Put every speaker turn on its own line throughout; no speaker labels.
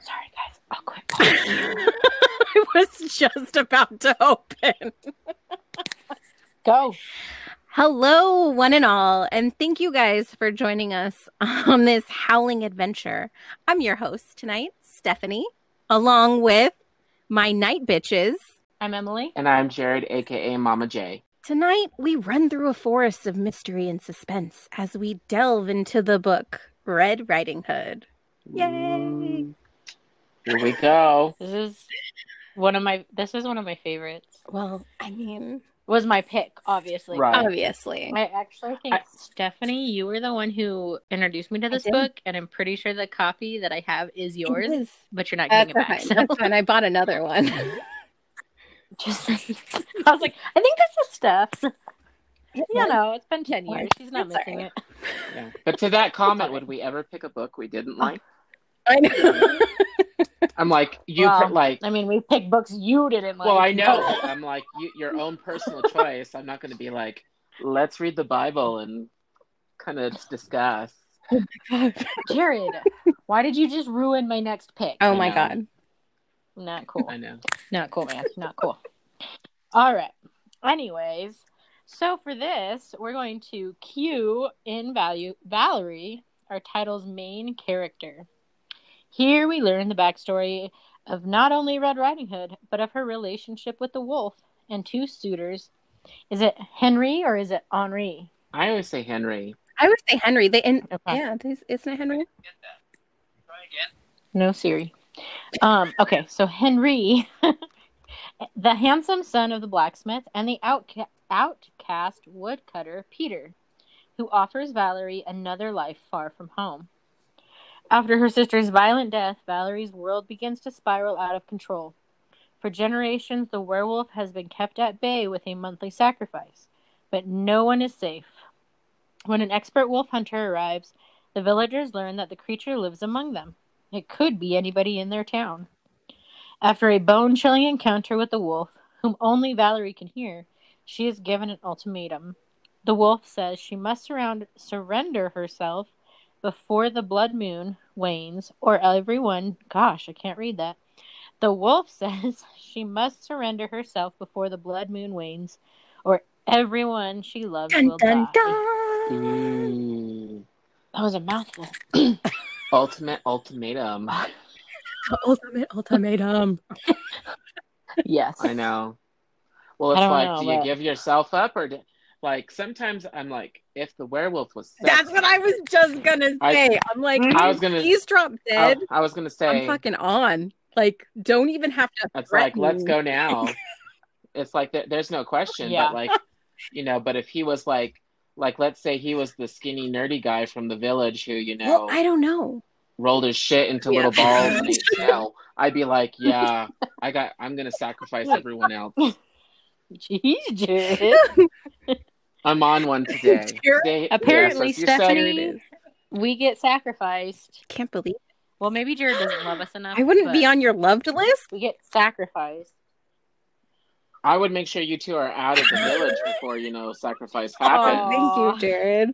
Sorry, guys. I'll quit. pausing.
I was just about to open.
Go.
Hello, one and all, and thank you guys for joining us on this howling adventure. I'm your host tonight, Stephanie, along with my night bitches.
I'm Emily.
And I'm Jared, aka Mama J.
Tonight, we run through a forest of mystery and suspense as we delve into the book Red Riding Hood. Yay.
Mm. Here we go.
This is one of my. This is one of my favorites.
Well, I mean,
Was my pick, obviously. Um,
Right.
obviously.
I actually think
I-
Stephanie, you were the one who introduced me to this
did.
book, and I'm pretty sure the copy that I have is yours,
It is.
but you're not
That's
getting it back.
fine. That's fine. I bought another one.
Just like, I was like, I think this is Steph's. You know, it's been ten years. She's not
It's all
missing
right.
it.
Yeah. But to that comment, would we ever pick a book we didn't like?
I know.
I'm like, you
Well,
pr- like,
I mean, we picked books you didn't like.
well, I know. I'm like, you, your own personal choice. I'm not going to be like, let's read the Bible and kind of discuss.
Jared, why did you just ruin my next pick?
Oh
I
my
know.
god.
Not cool.
I know.
Not cool, man. Not cool. All right. Anyways, so for this, we're going to cue in value Valerie, our title's main character. Here we learn the backstory of not only Red Riding Hood, but of her relationship with the wolf and two suitors. Is it Henry or is it Henri?
I always say Henry.
I would say Henry. They and
Okay.
yeah, this isn't it Henry?
No Siri. Um, okay, so Henry, the handsome son of the blacksmith and the outca- outcast woodcutter Peter, who offers Valerie another life far from home. After her sister's violent death, Valerie's world begins to spiral out of control. For generations, the werewolf has been kept at bay with a monthly sacrifice, but no one is safe. When an expert wolf hunter arrives, the villagers learn that the creature lives among them. It could be anybody in their town. After a bone chilling encounter with the wolf, whom only Valerie can hear, she is given an ultimatum. The wolf says she must surround, surrender herself before the blood moon wanes, or everyone. Gosh, I can't read that. The wolf says she must surrender herself before the blood moon wanes, or everyone she loves
Dun
will
dun
die.
dun.
Mm.
That was a mouthful.
Ultimate ultimatum.
Ultimate ultimatum.
Yes.
I know. Well, it's
I don't
like,
know,
do
but-
you give yourself up or do, like sometimes I'm like, if the werewolf was sex,
That's what I was just gonna
I-
say. I, am like,
I was gonna-
he's drop
I,
dead.
I was going to
I,
say,
am fucking on. Like, don't even have to.
it's like, let's
threaten.
go now. it's like, there, there's no question,
Yeah.
but like, you know, but if he was like, like, let's say he was the skinny, nerdy guy from the village who, you know,
Well, I don't know.
rolled his shit into
Yeah.
little balls and ate shell, I'd be like, yeah, I got, I'm going to sacrifice everyone else.
Jeez, Jared.
I'm on one today.
You're-
Today- yes,
Apparently,
as you said,
Stephanie,
it is.
we get sacrificed.
Can't believe
Well, maybe Jared doesn't love us enough.
I wouldn't be
but
on your loved list.
We get sacrificed.
I would make sure you two are out of the village before you know sacrifice
Oh,
happens.
Aw.
thank you, Jared.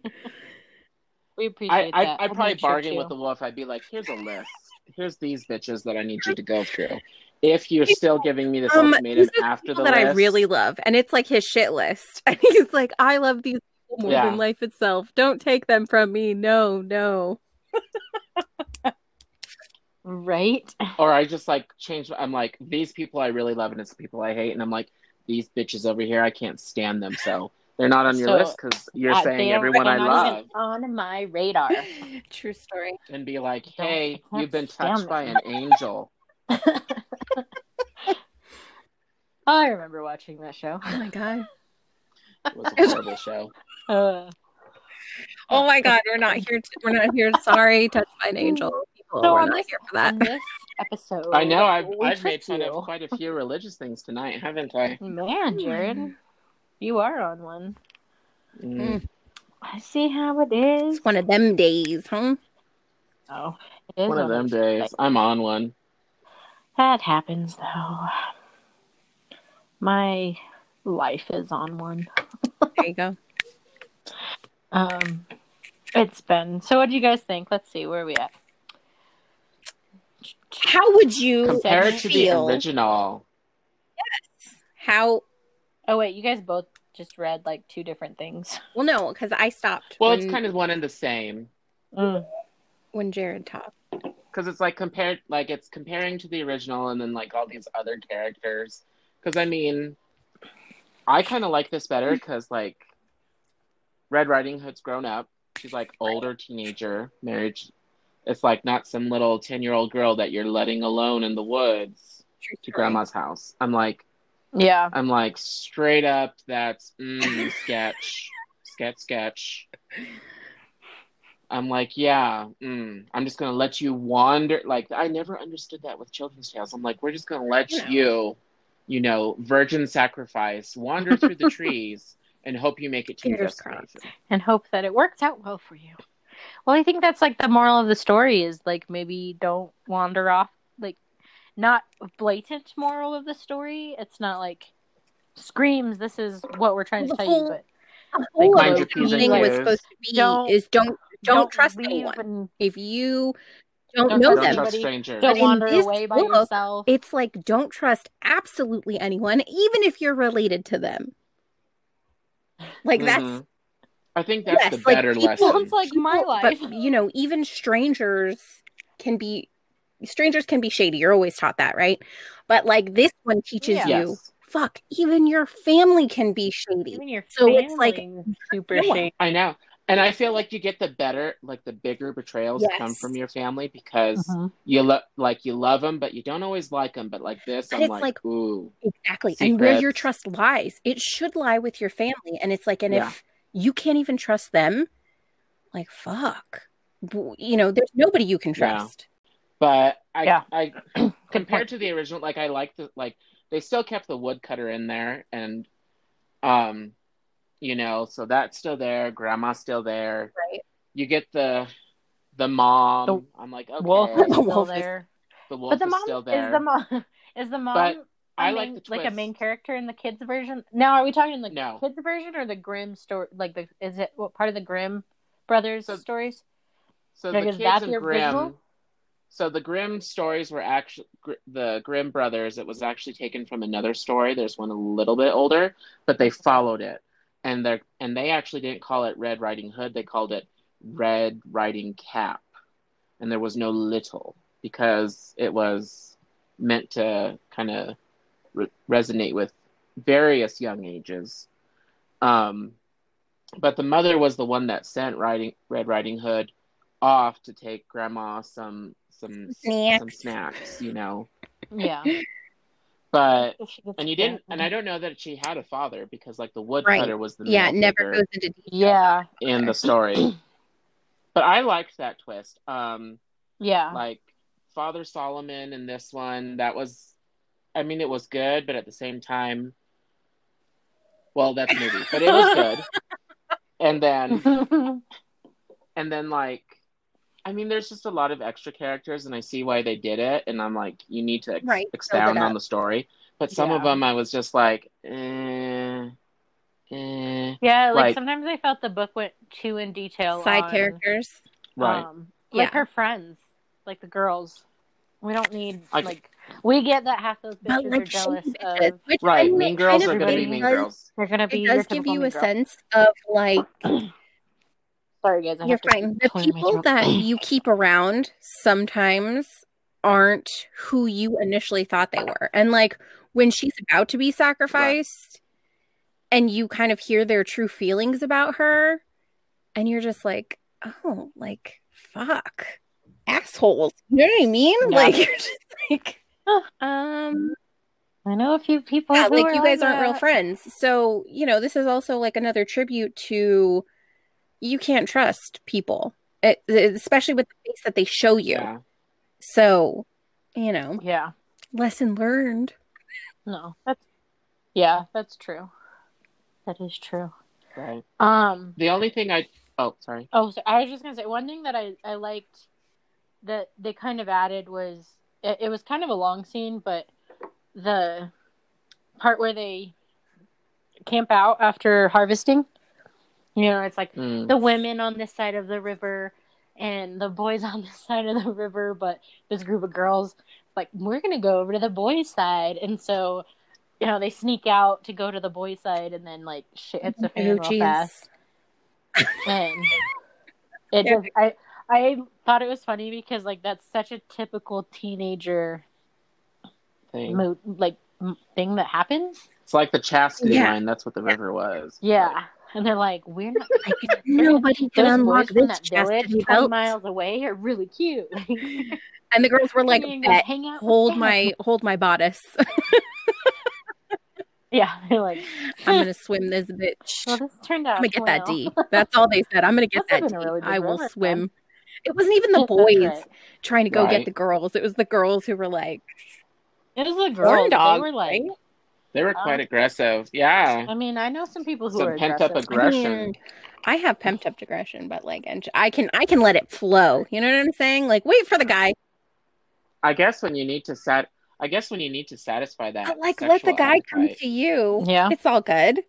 We
I,
appreciate
I
that.
I'd
We'll
probably
make sure
bargain
to.
with the wolf. I'd be like, here's a list. Here's these bitches that I need you to go through. If you're still giving me this
Um,
ultimatum
these are
after the
People that
list,
I really love, and it's like his shit list. And he's like, I love these people more
Yeah.
than life itself. Don't take them from me. No, no.
right.
or I just like change. I'm like these people I really love, and it's the people I hate, and I'm like these bitches over here. I can't stand them, so they're not on your
So,
list because you're
Uh,
saying
they are-
everyone
they're
I
not
love,
even on my radar.
True story.
and be like,
I don't-
hey,
I can't
you've been
stand
touched by
them.
an angel.
I remember watching that show.
Oh my god.
It was a horrible show.
Uh,
Oh my god. We're not here. To, we're not here. Sorry, touched by an angel. People,
So
we're
on
not
this-
here for
in
that.
this episode,
I know. I've,
we
I've made
tricked
fun
you.
of quite a few religious things tonight, haven't I?
Hmm.
Man, Jared, you are on one.
Mm.
I see how it is.
It's one of them days, huh?
Oh, it is
One of them
those.
days. I'm on one.
That happens though. My life is on one.
There you go.
Um, it's been. So, what do you guys think? Let's see. Where are we at?
How would you
Compare it to the
feel?
original.
How
Oh wait, you guys both just read like two different things.
well, no, because I stopped.
Well,
when,
it's kind of one and the same
Mm. when Jared talked.
because it's like compared, like it's comparing to the original, and then like all these other characters. Because I mean, I kind of like this better because like Red Riding Hood's grown up. She's like older teenager. Marriage. It's like not some little ten-year-old girl that you're letting alone in the woods to grandma's house. I'm like,
Yeah.
I'm like straight up. That's mm, sketch, sketch, sketch. I'm like, yeah. Mm, I'm just gonna let you wander. Like I never understood that with children's tales. I'm like, we're just gonna let
Yeah.
you, you know, virgin sacrifice, wander through the trees and hope you make it to your
Fingers
destination.
And hope that it works out well for you. Well, I think that's like the moral of the story is like maybe don't wander off like not blatant moral of the story. It's not like screams this is what we're trying to
The
tell
whole-
you, but
All
Like, mind
of
your P's and
reading was
Q's.
supposed to be
Don't-
is don't don't, trust
leave
anyone.
and
If you don't,
Don't
know
Don't
trust
them,
anybody.
trust strangers.
But
don't
in
wander
this
away by
book,
yourself.
it's like don't trust absolutely anyone, even if you're related to them. Like that's
Mhm. I think that's
yes,
the
like,
better
people-
well,
lesson.
it's like my
people-
life.
But you know, even strangers can be strangers can be shady. You're always taught that, right? But like this one teaches
Yeah.
you,
yes,
fuck, even your family can be shady.
Even your
So it's like-
family's super
No one.
shady.
I know. And I feel like you get the better, like the bigger betrayals
Yes.
come from your family because
Mm-hmm.
you love like you love them but you don't always like them but like this
But
i'm
it's
like,
like-
ooh
Exactly. And where your
Secrets.
trust lies, it should lie with your family. And it's like, and
Yeah.
if you can't even trust them, like, fuck. B- You know, there's nobody you can
Yeah.
trust.
but i
Yeah.
i
point.
compared to the original like i like the like they still kept the woodcutter in there and um you know so that's still there grandma's still there
Right.
you get the the mom
The
i'm like okay
Wolf is
The
still
wolf is-
there.
the wolf
but the
is
mom
still there
is the mom is the mom
But
a
i like
main-
the twist.
like a main character in the kids version. Now are we talking the
No.
kids version or the Grimm story? Like the is it what part of the Grimm brothers
So-
stories?
So
Like,
the
is
kids
that
of
the
Grimm.
original?
So the Grimm stories were actually the Grimm brothers. It was actually taken from another story. There's one a little bit older, but they followed it, and they and they actually didn't call it Red Riding Hood. They called it Red Riding Cap, and there was no little because it was meant to kind of re- resonate with various young ages. Um, but the mother was the one that sent Riding Red Riding Hood off to take Grandma some some
Snacks.
some snacks, you know.
Yeah.
But
She gets
and you
scared.
didn't, and I don't know that she had a father because like the
Right.
woodcutter was the
Yeah. It
male
never
figure
goes into detail.
Yeah.
in the story. but I liked that twist. Um,
Yeah.
Uh-huh.
like Father Solomon in this one, that was, I mean, it was good, but at the same time, well, that's a movie, but it was good. And then and then like i mean there's just a lot of extra characters and i see why they did it and i'm like you need to ex-
Right, build it
expound
up.
on the story but some of
Yeah.
them i was just like eh, eh.
yeah, like,
like-
sometimes I felt the book went too in detail.
Side
on,
characters.
right
Um, like
Yeah.
her friends, like the girls. We don't need
I-
like we get that half those
But
bitches are
like
jealous
shady
of
bitches. Which I
right
mean,
mean
it
girls
kind
are
of
going to be
really
mean
does-
girls
They're gonna be.
It
your
does give
typical
you
mean
a
girl.
sense of like
Sorry, guys. I
You're
have to
fine. The
clear my
people
throat.
that you keep around sometimes aren't who you initially thought they were. And like when she's about to be sacrificed and you kind of hear their true feelings about her, and you're just like, oh, like, fuck, assholes. You know what I mean?
Yeah.
Like, you're just like,
Huh.
um,
I know a few people.
yeah,
who
like
are uh,
you guys
like
aren't real
that.
friends. So, you know, this is also like another tribute to you can't trust people, e- especially with the face that they show you.
yeah
So, you know,
Yeah.
lesson learned.
No. That's. Yeah, that's true. That is true.
right
Um.
the only thing i oh sorry
Oh, so I was just gonna say one thing that I I liked that they kind of added was it, it was kind of a long scene, but the part where they camp out after harvesting. You know, it's like
Mm.
the women on this side of the river and the boys on this side of the river, but this group of girls, like, we're gonna go over to the boys' side. And so, you know, they sneak out to go to the boys' side and then like shit hits the fan
Oh,
real fast.
jeez.
And it
Yeah.
just, I I thought it was funny because like that's such a typical teenager
thing.
mo- like m- thing that happens.
It's like the chastity
Yeah.
line. That's what the river was.
Yeah.
Like,
and they're like, we're not
Like, Nobody can
those
unlock
boys from
this
that village
chastity
twenty
belt.
miles away are really cute.
And the girls were like,
You can go
"Bet,
hang out with
hold
them."
my hold my bodice.
Yeah, they're like,
I'm gonna swim this
well,
bitch.
this turned
I'm
out.
gonna get that
well.
D. That's all they said. I'm gonna get
Must have
that D.
been a really big
I will
river,
swim. It wasn't even the
That's
boys
right.
trying to go get
Right.
the girls. It was the girls who were like,
It was a girl.
"Corn
They
dog."
were like,
right?
They were quite aggressive. Yeah.
I mean, I know some people who
Some
are
pent up
aggressive.
I
aggression.
mean, I have pumped up aggression, but like, and I can I can let it flow. You know what I'm saying? Like, wait for the guy.
I guess when you need to sat I guess when you need to satisfy that.
But like, let the
sexual
guy come
appetite.
to you.
Yeah.
It's all good.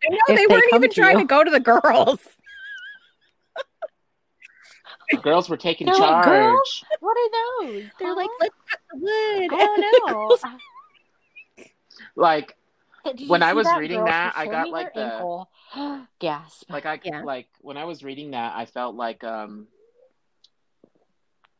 I know
If
they
they
weren't
come
even
to
trying
you.
to go to the girls.
The girls were taking
They're like,
charge.
"Girl?" What are those?
They're
huh?
like, let's cut the wood.
I don't know. I-
Like
Did you
When I
see
was
that
reading
girl? She
that, I
showed
got,
me
like,
her
the-
ankle. gasp.
like I
Yeah.
like when I was reading that, I felt like um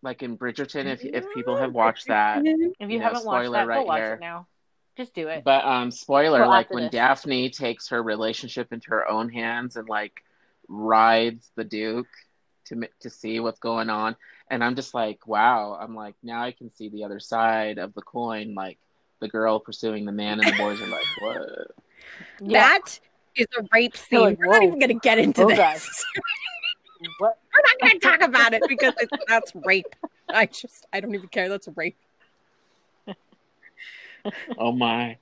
like in Bridgerton, if if people have watched that,
If you
you know,
haven't watched
spoiler
that, go
right
watch
here.
it now. Just do it.
But um, spoiler,
Well,
like
after
when
this.
Daphne takes her relationship into her own hands and like rides the Duke to mi- to see what's going on, and I'm just like, wow. I'm like, now I can see the other side of the coin, like the girl pursuing the man, and the boys are like, what?
Yeah.
That is a rape
They're
scene.
like,
We're not
whoa.
even going to get into
Oh,
this.
God. What?
We're not going to talk about it because it's, that's rape. I just, I don't even care. That's rape.
Oh my.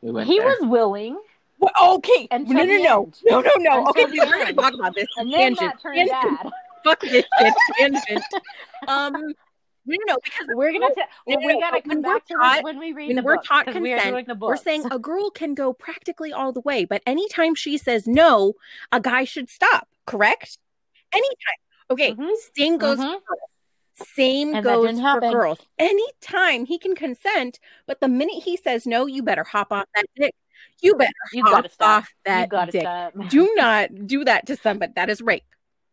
We went
He
there.
was willing,
Well, okay.
Until
no, no,
the
no,
end.
no, no, no.
Until
Okay,
the
we're going to
end.
talk about this.
and then
Tangent.
that turned
Tangent.
bad.
Fuck this shit. Tangent. Um, no, no, because
We're gonna. T-
no,
well,
no,
we gotta
when we're
come back to
taught-
this when we read
when
the
we're
book,
taught
'cause we are
consent,
doing the
We're
books.
saying a girl can go practically all the way, but anytime she says no, a guy should stop, correct? Anytime. Okay,
Mhm.
same goes
Mhm.
for girls. Same
And that
goes
didn't
for
happen.
girls. Anytime he can consent, but the minute he says no, you better hop off that dick. You better
you
hop
gotta stop.
off
You
that
gotta
dick.
stop.
Do not do that to somebody. That is rape.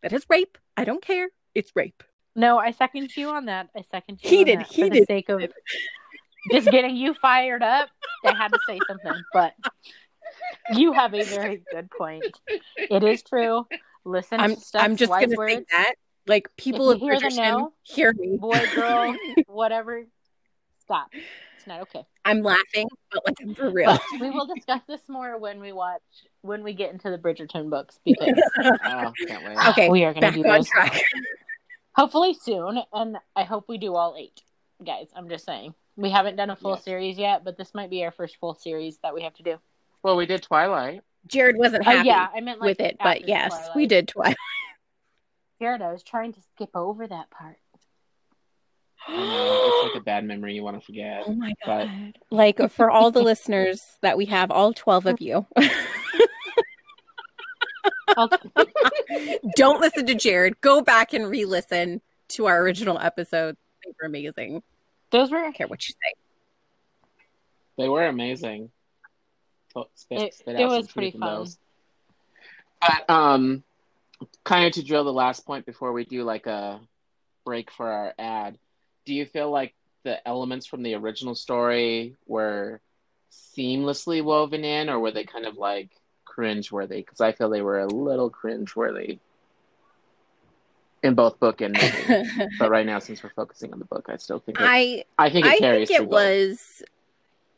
That is rape. I don't care. It's rape.
No, I second you on that. I second you.
Heated,
on that for the
heated.
sake of just getting you fired up. They had to say something, but you have a very good point. It is true. Listen
I'm
to stuff.
I'm just
wise
gonna
words,
say that. Like people
you
of
hear the
Bridgerton,
no,
hear me.
boy, girl, whatever. Stop. It's not okay.
I'm laughing, but like I'm for real.
But we will discuss this more when we watch when we get into the Bridgerton books because
Oh, can't wait.
Okay,
we are going
back
to do
on
those
track.
hopefully soon, and I hope we do all eight, guys. I'm just saying we haven't done a full
Yes.
series yet, but this might be our first full series that we have to do.
Well, we did Twilight.
Jared wasn't
Oh
happy
yeah, I meant like
with it, but
after
yes,
Twilight.
we did twice.
Jared, I was trying to skip over that part.
I know, it's like a bad memory you want to forget.
Oh my
But-
god. Like for all the listeners that we have, all 12 of you,
I'll-
don't listen to Jared. Go back and re-listen to our original episodes. They were amazing.
those were
I don't care what you say.
They were amazing. Well, Spit,
It-
spit
it
out some
was pretty
truth in
fun.
those. But um, kind of to drill the last point before we do like a break for our ad. Do you feel like the elements from the original story were seamlessly woven in, or were they kind of like cringeworthy? Because I feel they were a little cringeworthy in both book and movie. but right now, since we're focusing on the book, I still think it, I,
I
think it
I
carries.
think it
through both.
was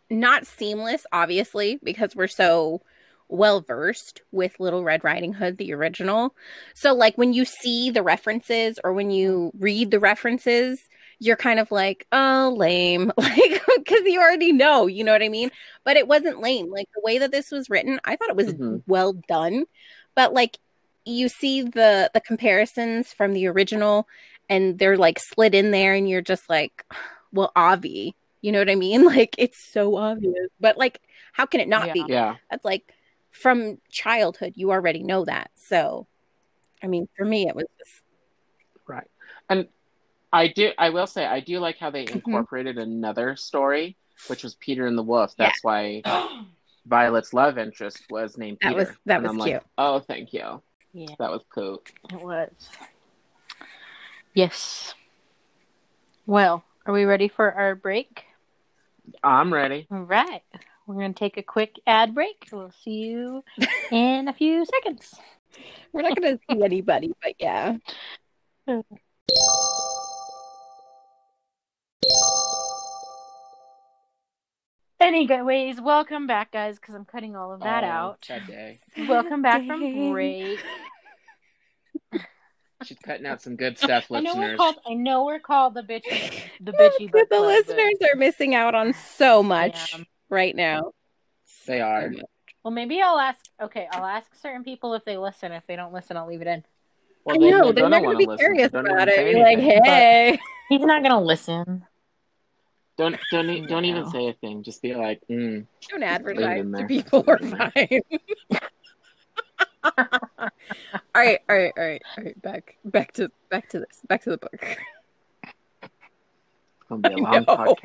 not seamless, obviously, because we're so well versed with Little Red Riding Hood, the original. So, like, when you see the references or when you read the references, you're kind of like, oh, lame, like, because you already know, you know what I mean? But it wasn't lame. Like, the way that this was written, I thought it was
Mhm.
well done, but like, you see the the comparisons from the original and they're like slid in there and you're just like well avi You know what I mean? Like it's so obvious, but like how can it not
Yeah.
be?
Yeah.
That's like from childhood you already know that. So I mean, for me it was just
Right. And I do I will say I do like how they
Mm-hmm.
incorporated another story, which was Peter and the Wolf.
Yeah.
That's why Violet's love interest was named
That
Peter.
was- that
and
was
I'm
cute.
Like, oh, thank you.
Yeah.
That was cool.
It was. Yes. Well, are we ready for our break?
I'm ready.
All right. We're going to take a quick ad break. We'll see you in a few seconds.
we're not gonna see anybody, but yeah.
Anyways, welcome back, guys, because I'm cutting all of that
Oh,
out.
Today.
Welcome back from
Dang.
break.
She's cutting out some good stuff,
I know we're
listeners.
called. I know we're called the bitchy,
Yeah,
the bitchy.
but
book
the
club, but-
listeners are missing out on so much
Yeah.
right now.
They are.
Well, maybe I'll ask. Okay, I'll ask certain people if they listen. If they don't listen, I'll leave it in.
I know they're not
want
gonna be curious about it. You're like,
but-
hey,
He's not gonna listen.
Don't don't e- don't
No.
even say a thing. Just be like, mm. Leave
don't
it
advertise
in
to
there.
people. We're
Leave it in
fine. all right, all right, all right, all right. Back, back to, back to this, back to the book.
it's gonna be a
I
long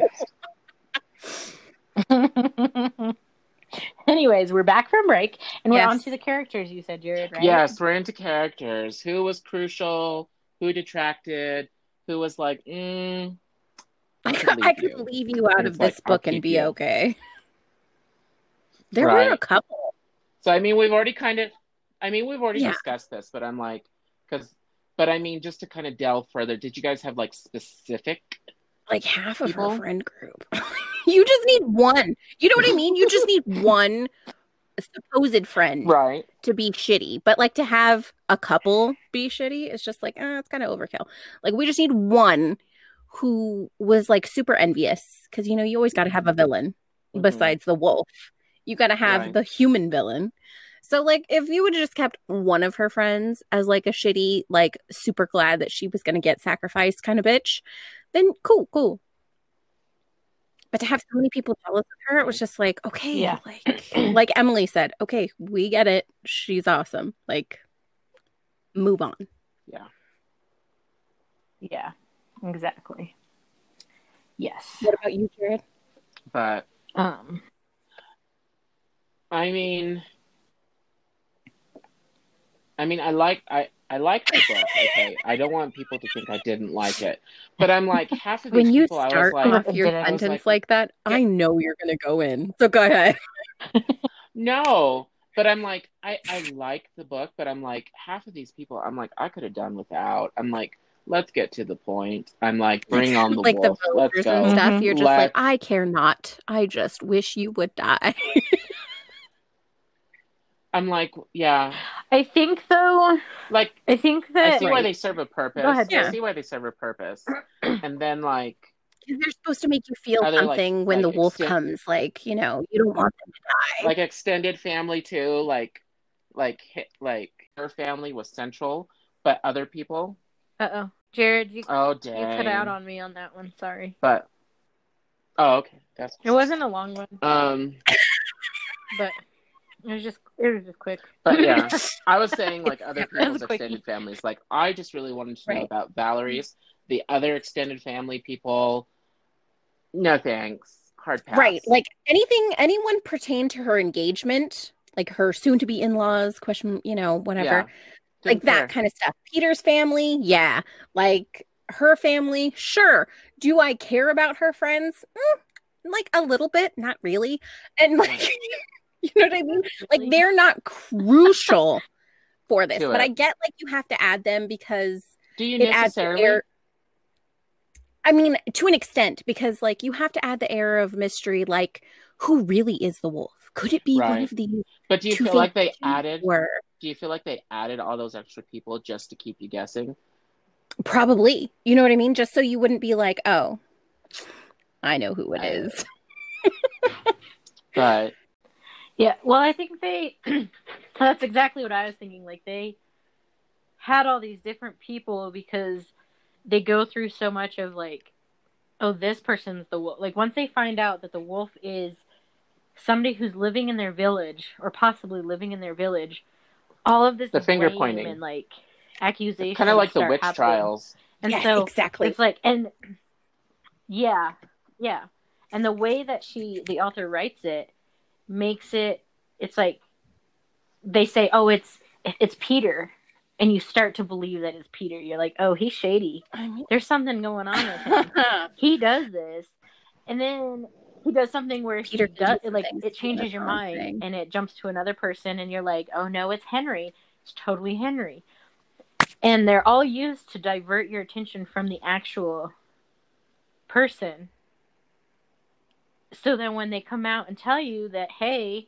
know.
podcast.
Anyways, we're back from break, and we're
Yes.
on to the characters you said, Jared. Right?
Yes, we're into characters. Who was crucial? Who detracted? Who was like, mm.
I,
could
could- I
leave
could
you.
leave you out
And
of
it's like,
this
I'll
book and
keep
be
you.
okay. There were a
Right.
couple.
So I mean, we've already kind of, I mean, we've already
Yeah.
discussed this, but I'm like, because, but I mean, just to kind of delve further, did you guys have like specific?
like half of
People?
her friend group. you just need one. You know what I mean? You just need one supposed friend
Right.
to be shitty, but like to have a couple be shitty is just like, ah, it's kind of overkill. Like we just need one who was like super envious because you know you always got to have a villain
Mhm.
besides the wolf. You got to have
Right.
the human villain. So like if you would have just kept one of her friends as like a shitty like super glad that she was going to get sacrificed kind of bitch, then cool, cool. But to have so many people jealous of her, it was just like, okay,
Yeah.
like like Emily said, okay, we get it. She's awesome. Like move on.
Yeah. Exactly. Yes.
What about you, Jared?
But
Um.
I mean, I mean, I like I I like the book. Okay, I don't want people to think I didn't like it, but I'm like half of these
When you
people
start
I was like,
off your
I was
sentence like,
like-
that, I know you're gonna go in. So go ahead.
no. But I'm like, I I like the book, but I'm like half of these people. I'm like, I could have done without. I'm like, let's get to the point. I'm like, bring on the
like
wolf.
the
let's
villagers
go.
and stuff.
Mhm.
You're just like,
Let's-
I care not. I just wish you would die.
I'm like, yeah,
I think though.
like
I think
I
that.
see why they serve a purpose.
Go ahead,
I
Sarah.
see why they serve a purpose, and then like.
'Cause They're supposed to make you feel
Other, like-
something when
like
the wolf
extent-
comes. Like you know, you don't want them.
like extended family too like like hit, like her family was central but other people
Uh oh, Jared, you,
oh
you
dang
cut out on me on that one. Sorry.
but oh okay that's
It wasn't a long one,
um
but it was just it was just quick.
but yeah i was saying like other
That was
people's
quickie.
extended families like i just really wanted to know
Right.
about valerie's the other extended family people no thanks hard pass
Right. Like anything, anyone pertained to her engagement, like her soon to be in laws, question, you know, whatever, like that kind of stuff. Peter's family, yeah. Like her family, sure. Do I care about her friends? Mm, like a little bit, not really. And like, you know what I mean? Like they're not crucial for this,
Do
but
it.
I get like you have to add them because
do you
it adds the
necessarily
air. I mean, to an extent, because like you have to add the air of mystery, like who really is the wolf? Could it be one
Right.
of these?
but do you
to
feel like they
think-
added
Or
do you feel like they added all those extra people just to keep you guessing
probably, you know what I mean? Just so you wouldn't be like, oh, I know who it
I-
is.
but
Yeah, well, I think they that's exactly what I was thinking. Like they had all these different people because they go through so much of like oh, this person's the wolf. Like once they find out that the wolf is somebody who's living in their village or possibly living in their village, all of this
The finger
blame
pointing.
and like accusations,
Kind of like the
start
witch
happening.
trials.
And
yes,
so
exactly.
it's like and yeah, yeah. And the way that she the author writes it makes it it's like they say, "Oh, it's it's Peter." And you start to believe that it's Peter. You're like, "Oh, he's shady.
I mean,
There's something going on with him." he does this and then he does something where
Peter
he does
can do
like
things
it changes your
that's
mind
something.
and it jumps to another person and you're like oh no it's henry it's totally henry and they're all used to divert your attention from the actual person so then when they come out and tell you that hey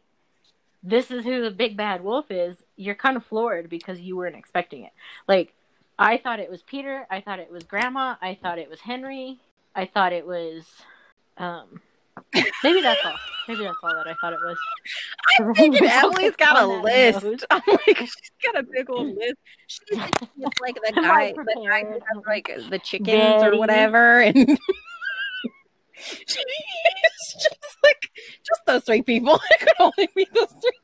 this is who the big bad wolf is you're kind of floored because you weren't expecting it like i thought it was peter i thought it was grandma i thought it was henry i thought it was um maybe that's all maybe that's all that i thought it was
I'm thinking Emily's got a
On that
list.
note.
I'm like, she's got a big old list. She's thinking it's like the
I'm
guy,
not
the guy who
prepared.
has like the chickens or
Daddy.
whatever, and she's just like just those three people. It could only be those three.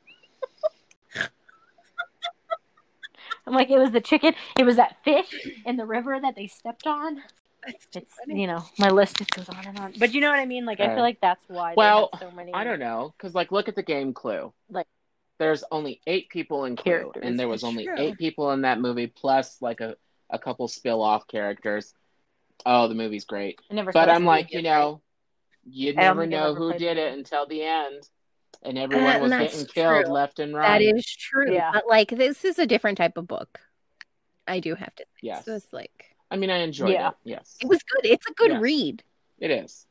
i'm like it was the chicken it was that fish in the river that they stepped on
That's too
it's
funny.
you know my list just goes on and on but you know what i mean like i
Right.
feel like that's why
Well,
they had so many
I don't know, because like look at the game Clue.
Like-
there's only eight people in Clue,
Characters,
and there was
it's
only
true.
eight people in that movie, plus like a a couple spill off characters. Oh, the movie's great,
I never
but
saw
I'm
this
like,
movie.
you know, you
I don't
never
think I've
know
ever
who
played
did
the
it
game.
until the end, and everyone
Uh,
was
that's
getting killed
true.
left and right.
That is true.
um, Yeah.
But like, this is a different type of book. I do have to. Say.
Yes.
So it's like
I mean, I enjoyed
Yeah.
it. Yes,
it was good. It's a good
Yes.
read.
it is.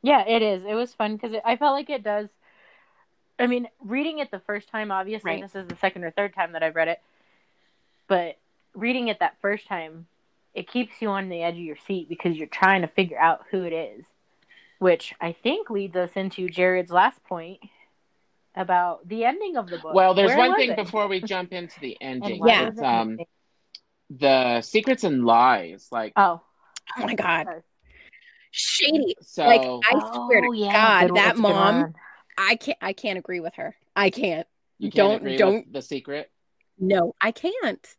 Yeah, it is. It was fun because I felt like it does. I mean, reading it the first time, obviously,
Right.
this is the second or third time that I've read it, but reading it that first time, it keeps you on the edge of your seat because you're trying to figure out who it is, which I think leads us into Jared's last point about the ending of the book.
Well, there's
Where
one
was
thing
it?
before we jump into the
And
ending.
why
Yeah.
was
It's,
it
um,
ending?
the secrets and lies, like
oh,
Oh my god,
Sorry.
shady.
so.
like I swear
Oh,
to
yeah,
God,
good-
that
it's good
mom.
one.
I can't. I can't agree with her. I can't.
you can't
don't-
agree
don't-
with the secret.
No, I can't.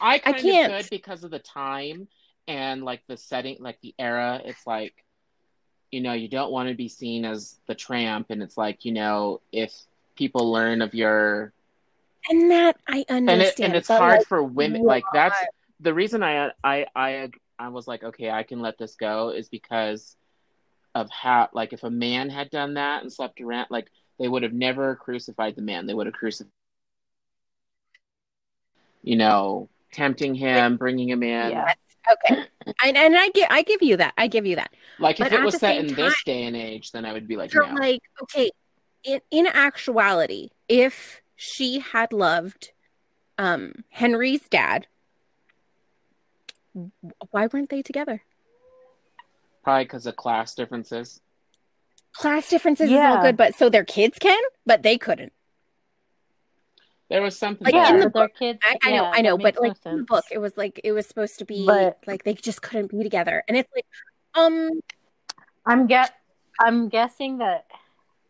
I kind
can't.
of could because of the time and like the setting, like the era. It's like, you know, you don't want to be seen as the tramp, and it's like, you know, if people learn of your
And that I
and
understand.
it, and it's
but,
hard
like,
for women. Like that's the reason I I I I was like, okay, I can let this go is because of how like if a man had done that and slept around, like they would have never crucified the man. They would have crucified, you know, tempting him, bringing him in.
Yeah.
okay. And and I give I give you that. I give you that.
Like if
But
it
at
was
the
set
same
in this day and age, then I would be like,
You're
no.
like okay. In in actuality, if she had loved um Henry's dad, why weren't they together?
Probably because of class differences.
Class differences is all
Yeah.
good, but so their kids can, but they couldn't.
There was something.
Like,
yeah,
there.
in the
but their kids.
I, I know,
yeah,
I know,
that
but
makes
like
no
in the
sense.
book, it was like it was supposed to be
But-
like they just couldn't be together, and it's like, um,
I'm get I'm guessing that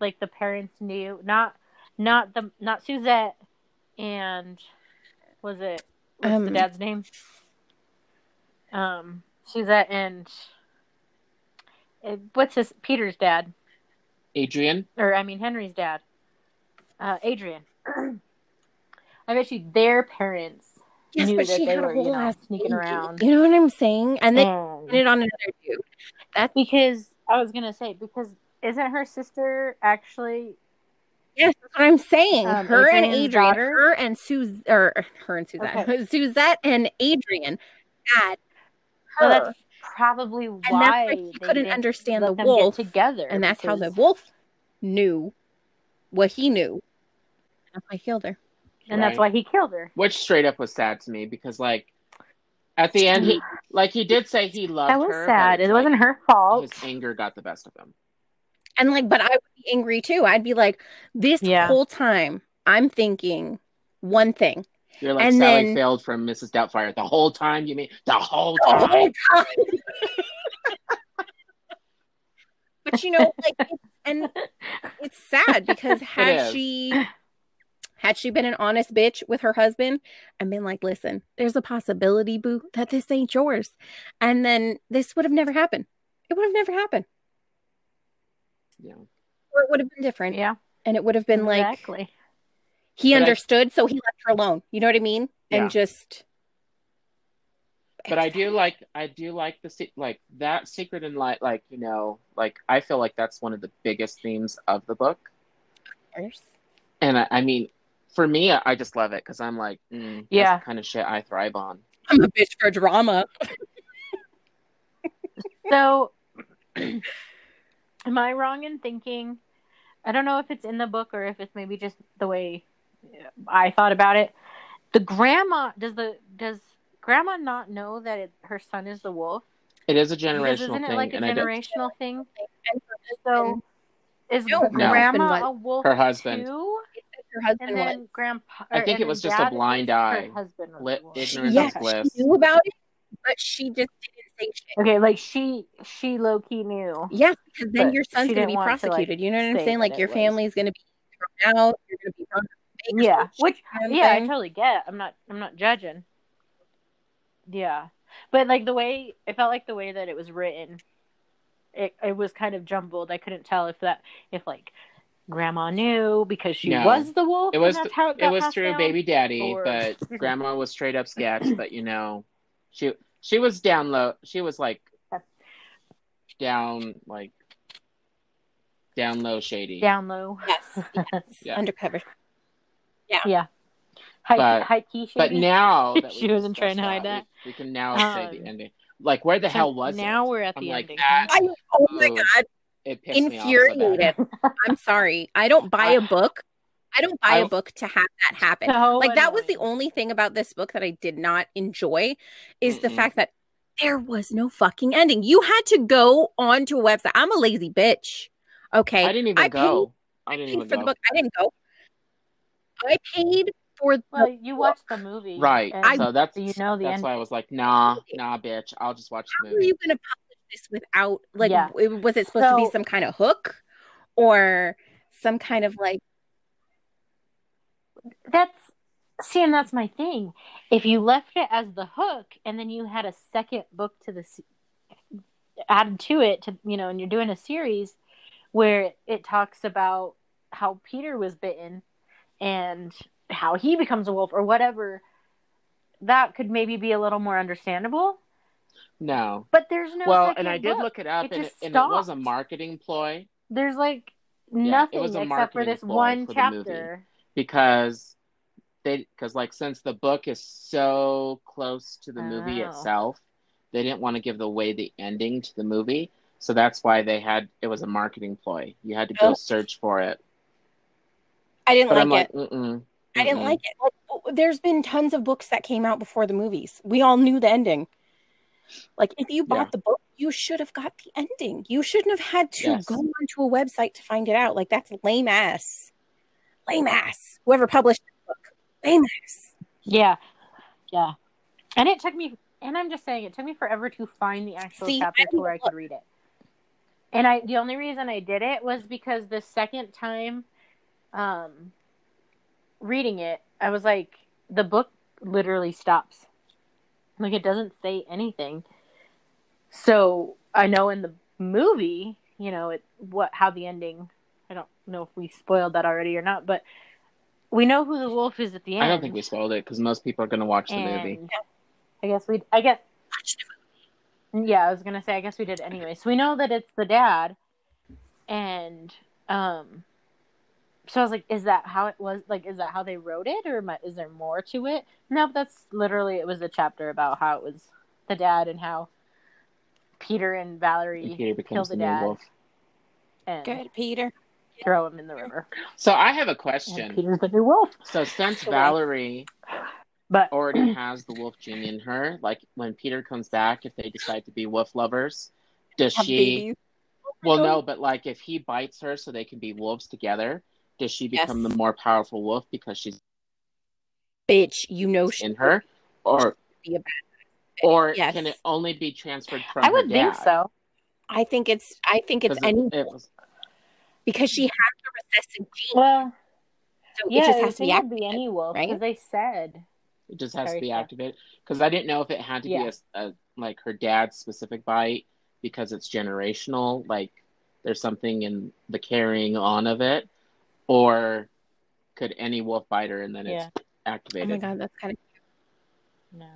like the parents knew not not the not Suzette and was it what's the
Um,
dad's name? Um Suzette and uh, what's his Peter's dad
Adrian,
or I mean Henry's dad. Uh Adrian. I bet you their parents
yes,
knew
but
that
she
they
had
were,
a
you
whole
know,
ass
sneaking
baby.
around.
You know what I'm saying? And then
and-
it on another dude. That's
because I was gonna say because isn't her sister actually
yes, that's what I'm saying.
Um,
her and
Adrian's
Adrian,
daughter?
her and Suz, or her and Suzette,
Okay.
Suzette and Adrian had
Well,
her,
that's probably
that's
why,
why he
they
couldn't
didn't
understand
let
the
them
wolf,
get together,
and that's how the
because-
wolf knew what he knew. That's why he killed her.
and that's why he killed her.
which straight up was sad to me because like at the end, he like he did say he loved
That was
her. but
sad.
it's
It
like,
wasn't her fault.
His anger got the best of him.
And like, but I would be angry too. I'd be like, this
Yeah.
whole time I'm thinking one thing.
You're like
And
Sally
then-
Field from Mrs. Doubtfire the whole time. You mean the whole
the
time?
whole time. but you know, like, it- and it's sad because had
is.
she had she been an honest bitch with her husband and been like, "Listen, there's a possibility, boo, that this ain't yours," and then this would have never happened. It would have never happened,
Yeah.
or it would have been different,
Yeah,
and it would have been like
exactly.
he
But I-
understood, so he left her alone. You know what I mean?
Yeah.
And just.
but I do like I do like the se- like that secret and light like you know like I feel like that's one of the biggest themes of the book and I, I mean for me I, I just love it because I'm like mm,
Yeah.
that's the kind of shit I thrive on
I'm a bitch for drama.
So, am I wrong in thinking? I don't know if it's in the book or if it's maybe just the way I thought about it. The grandma does the does grandma not know that it, her son is the wolf?
it is a
Because
generational
isn't it
thing
like a
and I don't-
generational thing?
And her
So,
husband-
is
No,
the
her
grandma
husband
a wolf
her husband
too?
her husband
And
was.
then grandpa.
I think
and
it was
then
just a
dad-
blind
her
eye.
Husband was
Lit
the wolf.
ignorance
yeah,
is bliss.
she knew about it, but she just didn't say shit.
Okay, like she she low key knew.
Yeah, because then
But
your
she
son's gonna
didn't
be
want to, like,
prosecuted. you know what I'm
say
saying?
that
Like
it
your
was.
family's gonna be thrown out. You're gonna be thrown out.
Yeah, which-
you know what I'm
yeah, I
saying?
totally get. I'm not I'm not judging. Yeah. But like the way it felt like the way that it was written, it it was kind of jumbled. I couldn't tell if that if like grandma knew because she
No.
was the wolf.
it was
and that's how it,
it
got
was
passed
through
down.
baby daddy
Or-
but grandma was straight up sketch but you know she she was down low she was like down like down low shady
down low.
yes, yes,
Yeah.
undercover.
High
But-
high key shady.
But now that
She wasn't trying to
discussed
hide that.
we, we can now say
Um,
the ending. Like, where the
So
hell was
now
it?
we're at
I'm
the
like,
ending.
that-
I oh my
Ooh,
god,
It pissed me off. so
infuriated.
bad.
I'm sorry. I don't buy a book. I don't buy
I-
a book to have that happen.
So
like that was the
annoying.
only thing about this book that I did not enjoy is the
Mm-mm.
fact that there was no fucking ending. You had to go onto a website. I'm a lazy bitch. Okay.
I didn't even
I
go. I didn't
paid
even
for
go.
the book. I didn't go. I paid for the
Well, you watched the movie.
Right.
and
so that's
you know the
that's
end.
why I was like, nah, nah, bitch. I'll just watch
how
the
are
movie.
you going to publish this without like
Yeah.
w- was it supposed to be
So-
some kind of hook or some kind of like
That's see, and that's my thing. If you left it as the hook, and then you had a second book to the se- added to it, to you know, and you're doing a series where it talks about how Peter was bitten and how he becomes a wolf or whatever, that could maybe be a little more understandable.
No.
But there's no
well,
second
and I did
book.
look it up,
It
and,
just
and it was a
stopped.
marketing ploy
There's like
it
nothing
was a
except for
marketing
this
ploy
one
for the movie.
chapter.
because they because like since the book is so close to the movie
Oh.
itself they didn't want to give away the ending to the movie so that's why they had it was a marketing ploy you had to go
Oh.
search for it
I didn't
but
like
i'm
it.
like mm-mm,
I didn't
mm-mm.
like it. Like, w- there's been tons of books that came out before the movies. We all knew the ending. Like, if you bought
Yeah.
the book, you should have got the ending. You shouldn't have had to
Yes.
go onto a website to find it out. Like, that's lame ass. Lame ass. Whoever published the book, lame ass.
Yeah. Yeah. And it took me and I'm just saying it took me forever to find the actual
See,
chapter
I
to where I
look-
could read it. And I the only reason I did it was because the second time um reading it, I was like the book literally stops. Like it doesn't say anything. So I know in the movie, you know, it what how the ending I don't know if we spoiled that already or not, but we know who the wolf is at the end.
i don't think we spoiled it because most people are going to watch the movie
And I guess we. I guess. Yeah, I was gonna say. I guess we did anyway. So we know that it's the dad, and um, so I was like, is that how it was? Like, is that how they wrote it, or am I- is there more to it? No, but that's literally. It was a chapter about how it was the dad and how Peter and
and
Valerie
peter becomes
the
the new
dad.
wolf
and
Good, Peter.
throw him in the river.
so i have a
And
question
Peter's the new wolf,
so since
Sure.
valerie
but
already has the wolf gene in her like when peter comes back if they decide to be wolf lovers does
Have
she
babies.
Well,
Oh.
no, but like if he bites her so they can be wolves together, does she become
Yes.
the more powerful wolf because she's
bitch, you know she
in her, or
Be a bad
or
Yes.
can it only be transferred from?
I
her
would think
dad?
so.
I think it's I think it's
'Cause it-
any
it was-
because she has the recessive gene,
Well,
so
yeah,
it just
it
has to be
would be
activated.
any wolf
right?
because they said
it just has
Very
to be
true.
activated because I didn't know if it had to
Yeah.
be a s- a, like her dad's specific bite because it's generational. Like there's something in the carrying on of it, or could any wolf bite her and then it's
Oh
activated?
my god, that's kind
no.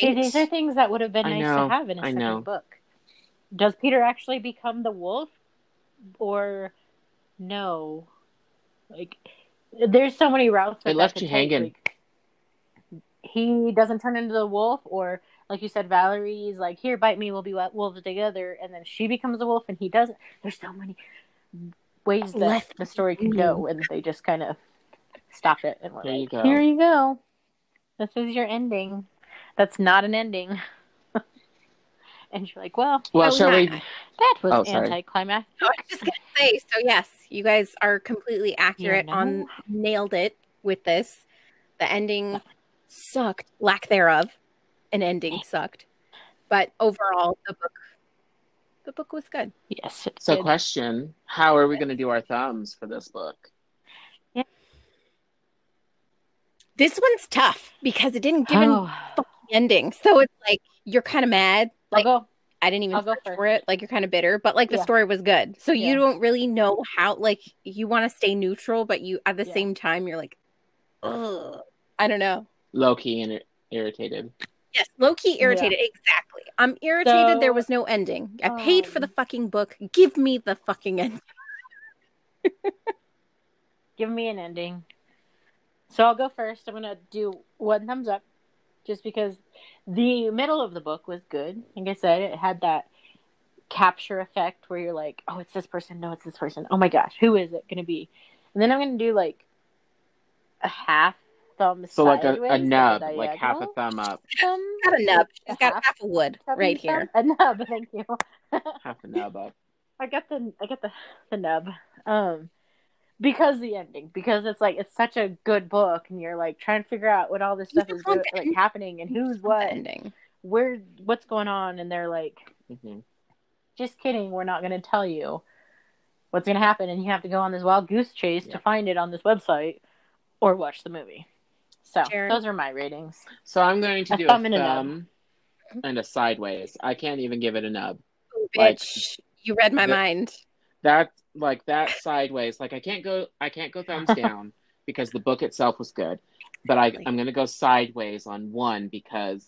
See,
of
these are things that would have been
I
nice
know,
to have in a
I
second
know.
book. Does Peter actually become the wolf, or no? Like, there's so many routes. That
It
that
left
could
you
take,
hanging.
like, he doesn't turn into the wolf, or like you said, Valerie's like, "Here, bite me. We'll be wa- wolves together," and then she becomes a wolf, and he doesn't. There's so many ways that
Left
the story can go, and they just kind of stop it and we're
There you
like,
go.
"Here you go. This is your ending." That's not an ending. and you're like, well,
Well,
Oh,
shall
yeah.
we?
that was
Oh, sorry.
anticlimactic.
I was just gonna say, so yes, you guys are completely accurate
know?
on nailed it with this. The ending sucked, lack thereof. An ending sucked. But overall the book the book was good.
Yes. it
So,
did.
question: How are we going to do our thumbs for this book?
This one's tough because it didn't give an
Oh,
ending. So it's like you're kinda mad. Like
I'll go.
I didn't even
I'll go
search
first.
for it. Like you're kind of bitter, but like the
Yeah.
story was good. So you
Yeah.
don't really know how. Like you want to stay neutral, but you at the
Yeah.
same time you're like, ugh, I don't know.
Low key and ir- irritated.
Yes, low key irritated. Exactly. I'm irritated. there
So,
was no ending. I paid for the fucking book. Give me the fucking ending.
Give me an ending. So I'll go first. I'm gonna do one thumbs up, just because the middle of the book was good. Like I said, it had that capture effect where you're like, oh, it's this person. No, it's this person. Oh my gosh, who is it gonna be? And then I'm gonna do like a half thumb
So, like a,
sideways, uh,
a nub,
a
like half a
diagonal
thumb up,
thumb.
Got a nub. She's
A
got
half-
half a wood
Have
right
you
here.
found- A nub, thank you.
half a nub up.
I got the I got the the nub. Um because the ending, because it's like it's such a good book and you're like trying to figure out what all this
You
stuff is
just want
go-
the
like
end-
happening and who's
The
what
ending?
where what's going on and they're like,
hmm
Just kidding, we're not gonna tell you what's gonna happen and you have to go on this wild goose chase
Yeah.
to find it on this website or watch the movie. So
Sharon?
those are my ratings.
So I'm going to
A
do
thumb
a
and a nub.
thumb and a sideways. I can't even give it a nub.
Oh,
Like,
bitch, you read my
the-
mind.
That like that sideways. Like I can't go. I can't go thumbs down because the book itself was good. But I,
Exactly.
I'm going to go sideways on one because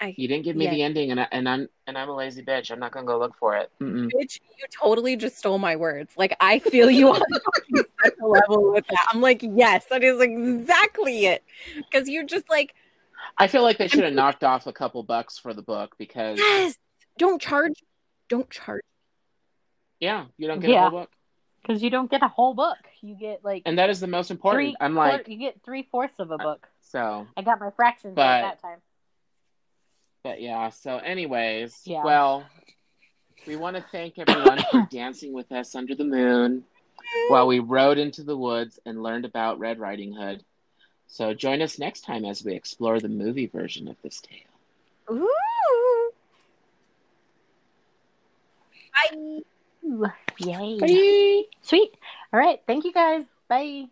I,
you didn't give me
Yeah.
the ending, and I, and I'm and I'm a lazy bitch. I'm not going to go look for it. Mm-mm.
bitch, you totally just stole my words. Like I feel you on fucking such a level with that. I'm like, yes, that is exactly it. Because you're just like,
I feel like they should have knocked off a couple bucks for the book because
yes, don't charge, don't charge.
yeah, you don't get a
Yeah.
whole book,
Because you don't get a whole book. You get like
and that is the most important.
three
I'm
quar-
like
you get three fourths of a book.
so,
I got my fractions
But-
right that time.
but yeah. So, anyways,
Yeah.
well, we want to thank everyone for dancing with us under the moon. while we rode into the woods and learned about Red Riding Hood. So join us next time as we explore the movie version of this tale.
Ooh. Bye.
Ooh, Yay.
Bye.
Sweet. All right. Thank you guys. Bye.